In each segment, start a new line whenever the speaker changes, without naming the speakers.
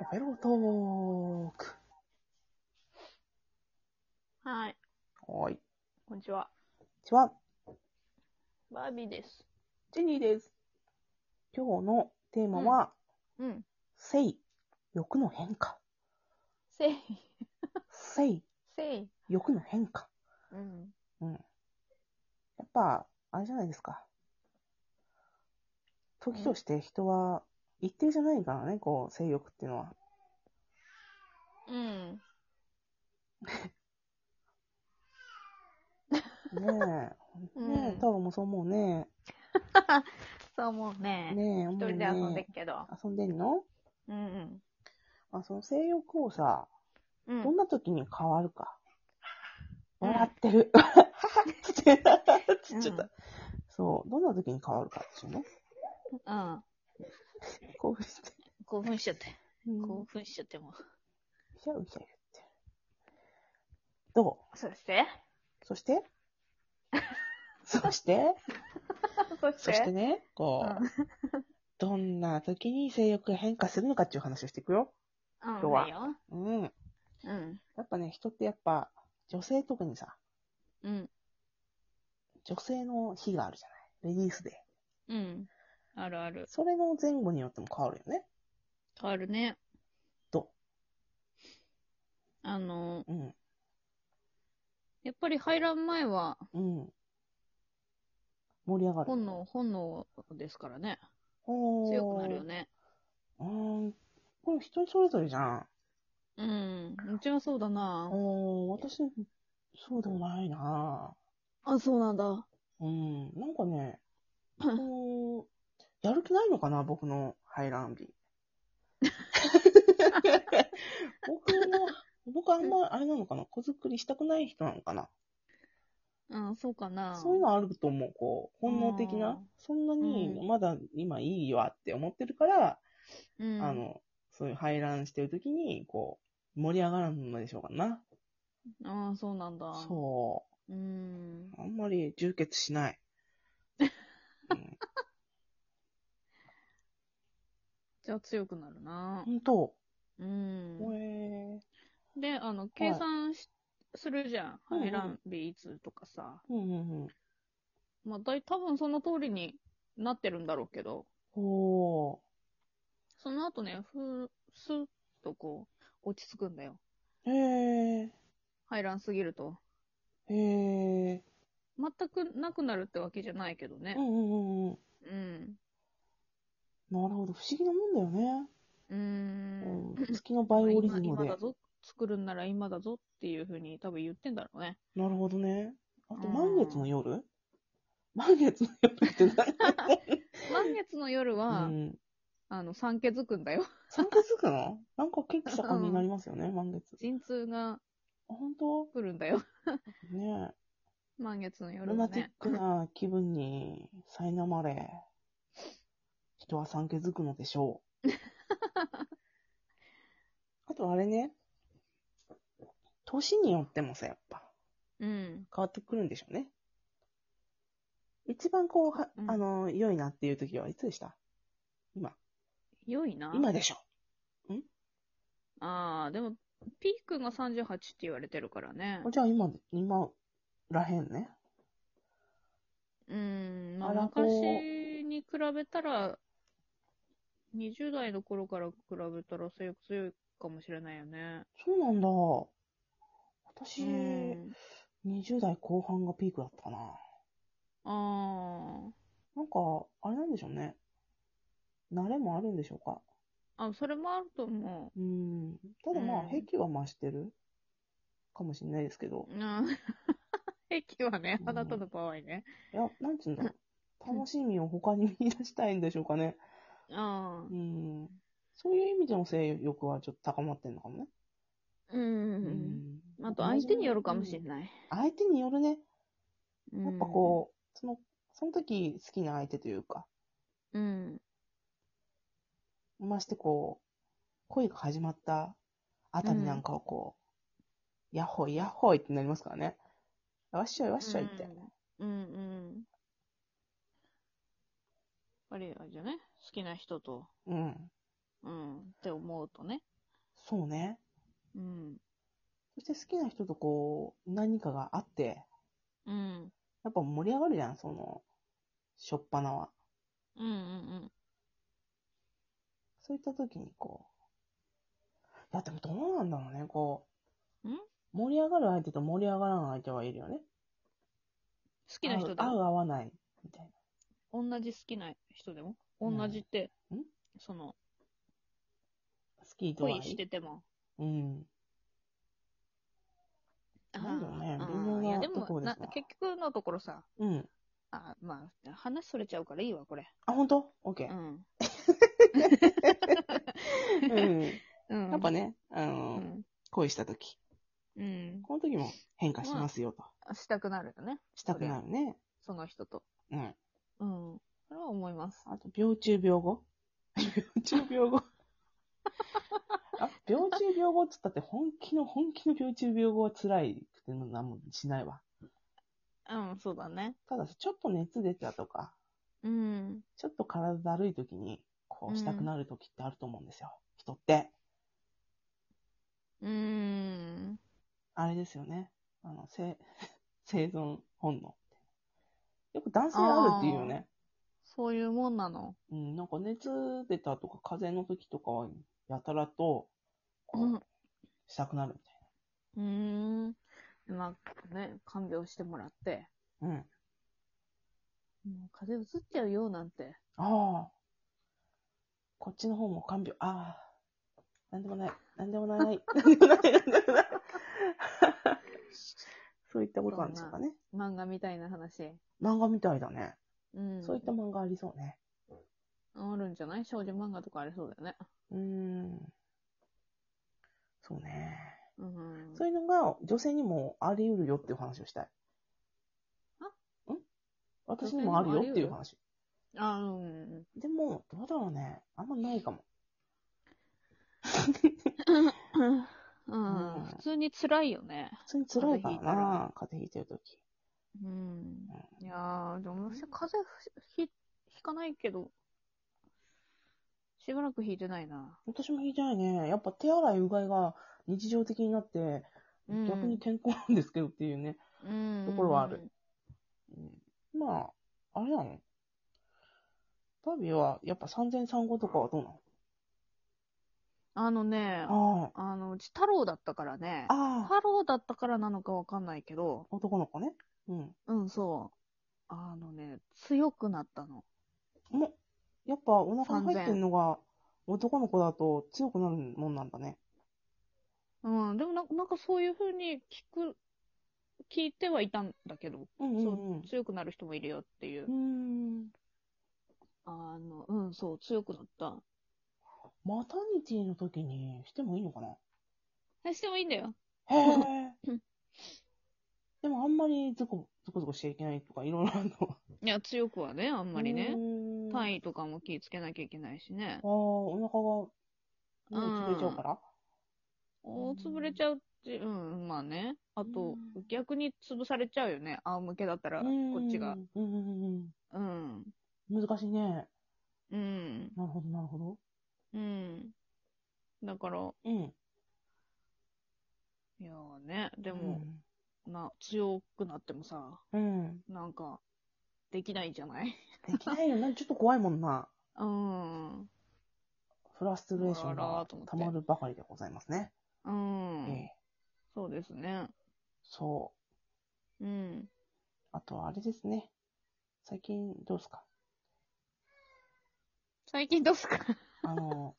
オペロトーク。
はい。
はーい。
こんにちは。
こんにちは、
バービーです。
ジェニーです。今日のテーマは、
うん。
性、欲の変化。
せい。
性、
せい。
欲の変化。
うん。
うん。やっぱ、あれじゃないですか。時として人は一定じゃないからね、こう、性欲っていうのは。
う
ね
ん。
え。
うん
ねえ、太郎もそう思うね。
そう思うね。
ねえ、思
一
う
人で
ね。
遊んでっけど。
遊んでんの
うん
まあ、その性欲をさ、
うん。
ど
うんん。
な時に変わるか。
うん
笑って る。はははっつってつっちゃっ
う
た。そう、どんな時に変わるかっていうね。
うん。
興奮して。
興奮しちゃって。
うん
興奮しちゃってもう。
うひゃうひゃ言って。ど
そして
うそして そして
そして
そしてね、こう、
うん。
どんな時に性欲が変化するのかっていう話をしていくよ。
今
日はうん。や
うん。
っぱね、人ってやっぱ、女性特にさ、
うん。
女性の日があるじゃない。レディースデー。
うん。あるある。
それの前後によっても変わるよね。
変わるね。
ど
あの、
うん。
やっぱり入らん前は、
うん。盛り上がる。
本能、本能ですからね。
おー
強くなるよ。ね。
うーん。これ人それぞれじゃん。
うん。うちはそうだな
うん、私、そうでもないな
あ、そうなんだ。
うん。なんか ね、こう、やる気ないのかな、僕の排卵 日。僕の、僕あんま、あれなのかな、子作りしたくない人なのかな。
うん、そうかな。
そういうのあると思う、こう、本能的
う。
なんそんな
う
に、
ん
まだ今いいわって思ってるから、
うん、
あの、そういう排卵してる時に、こう、盛り上がらんのでしょうかな。
ああ、そうなんだ。。
そう
うん。
う。あんまり充血し ない。うん、
じゃあ強くなるな
ほ。んと。
うん。
ほえ
で、あの、計算し、するじゃん。
うんうん
排卵日いつとかさ。
ー。うんうんうん。
まあ、だい、多分その通りになってるんだろうけど、
ほ
その後ね、ふー、すっとこう、落ち着くんだよ。
う。へえ
排卵すぎると。
ー。へえ
全くなくなるってわけじゃないけど
ー。う
ね。
んうんうんうん。
うん。
なるほど。不思議なもんだよね。
うーん。
うん、月のバイオリズム
今
で。な
今だぞ、作るんなら今だぞっていうふうに多分言ってんだろうね。
るほどね。あと、
うん
満月の夜満月の夜って何
満月の夜
う
は、
ん。
あの、産気づくんだよ。
産気づくのなんか血気盛んになりますよね、満月。
陣痛
あ、
が
本当
来るんだよ。
ねえ。
満月の夜
ルナ
は
ティッ
ね。
クな気分に苛まれ、人は産気づくのでしょ う。あとあれね、年によってもさ、やっぱ
うん。
変わってくるんでしょうね。一番こう、は
うん
あの、良いなっていう時はいつでした今。
良いな。
今でしょ。
ああ、でも、ピークが38って言われてるからね。
じゃあ今、今らへんね。
うん。まあ、
あらこう
昔に比べたら、20代の頃から比べたら性欲強いかもしれないよね。
そうなんだ。私、
うん。
20代後半がピークだったかな。
あ
なんか、あれなんでしょうね。慣れもあるんでしょうか。
あ。あ、それもあると思う。
うん。ただまあ、
うん
兵器は増してるかもしれないですけど。
うん。駅はね
う、ん
あなたの場合ね。
いや、なんつうんだろう。楽しみを他に見出したいんでしょうかね。
あ
うん。そういう意味でも性欲はちょっと高まってんのかもね。
あ。うん。あと相手によるかもしれ
い。
ない。
相手によるね。
や
やっぱこう、その、その時好きな相手というか、
う、うん。
ましてこう、恋が始まったあたりなんかをこう、やっほいやっほいってなりますからね。わっしょいわっしょいって。
うんうん。ぱりあれじゃね好きな人と、
うん。
うん、って思うとね。
そうね。
うん。
そして好きな人とこう、何かがあって、
うん。
やっぱ盛り上がるじゃん、その、しょっぱなは。
うんうん
そういった時にこう。いや、でもどうなんだろうね、こう。
ん
盛り上がる相手と盛り上がらない相手はいるよね。
好きな人で
合う合
も
う合わない、みたい
同じ好きな人でも
う
同
ん
じって、
ん
その、
な。好きとは
恋してても。
うん。なんだろうね
あー
微妙
あー
ない
やで
とこ
も
です
な、
わ
結局のところさ、
うん。
あーまあ、話それちゃうからいいわ、これ。
あ、本当オッケ
う
ー。
ん。
うん。
うん
やっぱ、ね、あ
う
の、
ん。
恋した時。
うん。
この時も変化しますよと。
したくなるよね。
したくなるね。
その人と。
うん。
うん。それは思います。
あと、病中病後 病中病後あ、病中病後っつったって、本気の、本気の病中病後は辛いくても何もしないわ。
うん、そうだね。
ただ、ちょっと熱出たとか、
うん。
ちょっと体だるい時に、こうしたくなる時ってあると思うんですよ。人って。
うーん。
あれですよね。あの、生、 生存本能。よく男性あるっていうよね。
そういうもんなの。
うん、なんか熱出たとか、風邪の時とかは、やたらと、こ
うん
う、。したくなるみたいう
ーん。まあね、看病してもらって、
な。うん。
もう風邪うつっちゃうよなんて。
ああ。こっちの方も看病。ああ。なんでもない。なんでも ない。なんでもない。なんでもない。 そういったことなんでしょうかね。
漫画みたいな話。
漫画みたいだね。
うん。
そういった漫画ありそうね。
あるんじゃない少女漫画とかありそうだよね。
うーん。そうね。
うん。
そういうのが女性にもあり得るよっていう話をしたい。ん私にもあるよっていう話。
あ、うんうん
でも、どうだろうね。あんまないかも。
うん。う。
うんん
普通に辛いよね。
普通に辛いから
風邪ひいた
な。風邪ひいてるとき。
うん。いやー、でも私、風邪ひひかないけど、しばらくひいてないな。
私もひいてないね。やっぱ手洗いうがいが日常的になって、
うん
逆に健康なんですけどっていうね。
うん
ところはある。うんまあ、あれなのバービーはやっぱ産前産後とかはどうな
あのね、
のあ
あの、うち太郎だったからね
あ。。ああ。
太郎だったからなのかわかんないけど、
男の子ね。うん。
うん、そう。あのね、強くなったの。
もう、やっぱお腹に入ってんのが男の子だと強くなるもんなんだね。
うん、でもなんかなんかそういう風に聞く、聞いてはいたんだけど、
うんうんうん
そう、。強くなる人もいるよっていう
うー。ん。
あの、うん、そう、強くなった。
マタニティの時にしてもいいのかな
えしてもいいんだよ。
へえ。 でもあんまりズコ、ズコズコしちゃいけないとかいろいろあるの。
いや、強くはね、あんまりね。
うーんあ
単位とかも気ぃつけなきゃいけないしね。
あ、お腹が、ね、潰れちゃうから。
お潰れちゃうって、うん、まあね。あと、
うん
逆に潰されちゃうよね。仰向けだったら、こっちが。。
うんうん
うん。
うん。難しいね。
うん。
なるほど、なるほど。
うん。だから、
うん。
いやーね、
で
でも、、な、強くなってもさ、
うん。
なんか、できないじゃない
できないよね。ちょっと怖いもんな。
うん。う
フラストレーション
あらら
が
ーと思って
溜まるばかりでございますね。え
ん。
え
そうですね。
そう。
うん。
あとはあれですね。最近どうですか
最近どうすか
あの、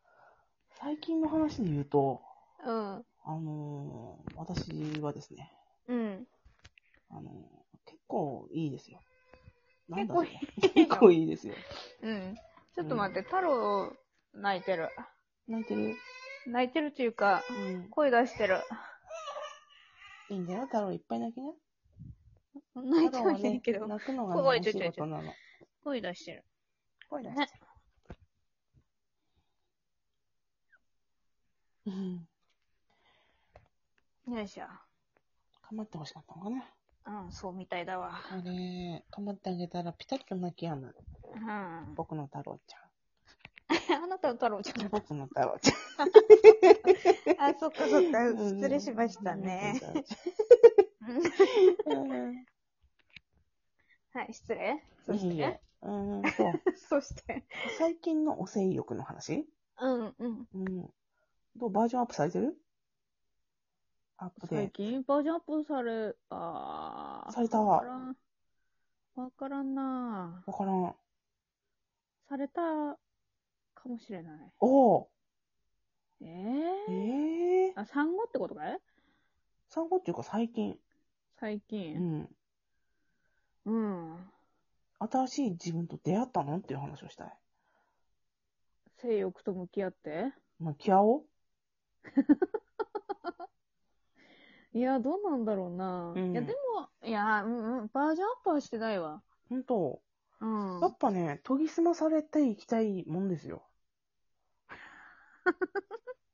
最近の話で言うと、
うん。
あのー私はですね、
うん。
あのー結構いいですよ。なんだ
結
ろ
構
う
い
ね
い。
結構いいですよ。
うん。ちょっと待って、太郎、泣いてる。
泣いてる
泣いてるっていうか、
うん。
声出してる。
いいんだよ、太郎いっぱい泣きな。
泣いて
太郎
は
は
ない
ね
けど、、
泣くの
ここ
が
へ
ね、
ち
お
ょ
仕
いちょいちょ
事
い
なの。
声出してる。
声出し
ね
てる。うん。
よいしょ。
頑張ってほしかったのかな。
うん、そうみたいだわ。
あれ、頑張ってあげたらピタッと泣きやむ。
ううん。
僕の太郎ち
あなたの太郎ち
ゃ
ゃ
ん。僕の太郎ちゃん。
ん。あ、そっかそっか
うん。
失礼しましたね。。
うん
はい、失礼。そ
い
し
い
て
え。。うーんと、
そして。
最近のお性欲の話
うんうん。
うん。どうバージョンアップされてるアップ
最
で。
近バージョンアップされ、あー
された
わ
わ
か。らん。わからんな
わからん。
されたかもしれない。
おー
ええ
ええー。
あ、産後ってことかい
産後っていうか最近。
最
う
近。
ん。
うん。
新しい自分と出会ったのっていう話をしたい。
性欲と向き合って。
まあ、キャオ
いや、どうなんだろうな。
うん
いや、でも、いや、うんうん、バージョンアップはしてないわ。
ほんと。
うん。
やっぱね、研ぎ澄まされていきたいもんです よ。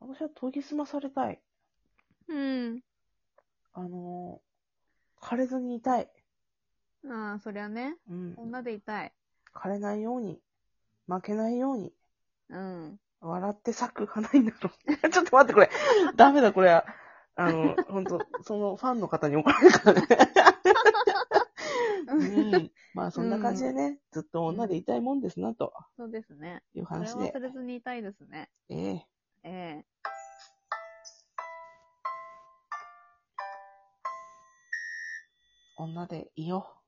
私は研ぎ澄まされたい。
うん。
あのー枯れずにいたい。
ああ、そりゃね。
うん。
女でいたい。
枯れないように、負けないように、
うん。
笑って咲く花になろう。 ちょっと待って、これ。ダメだ、これ。あの、ほんと、そのファンの方に怒られるから ね。うん。まあ、そんな感じでね、ずっと女でいたいもんですな、と
そうですね。
いう
それ
話
は
で
忘。れずにいたいですね。
ええ
ええ
女でいよう。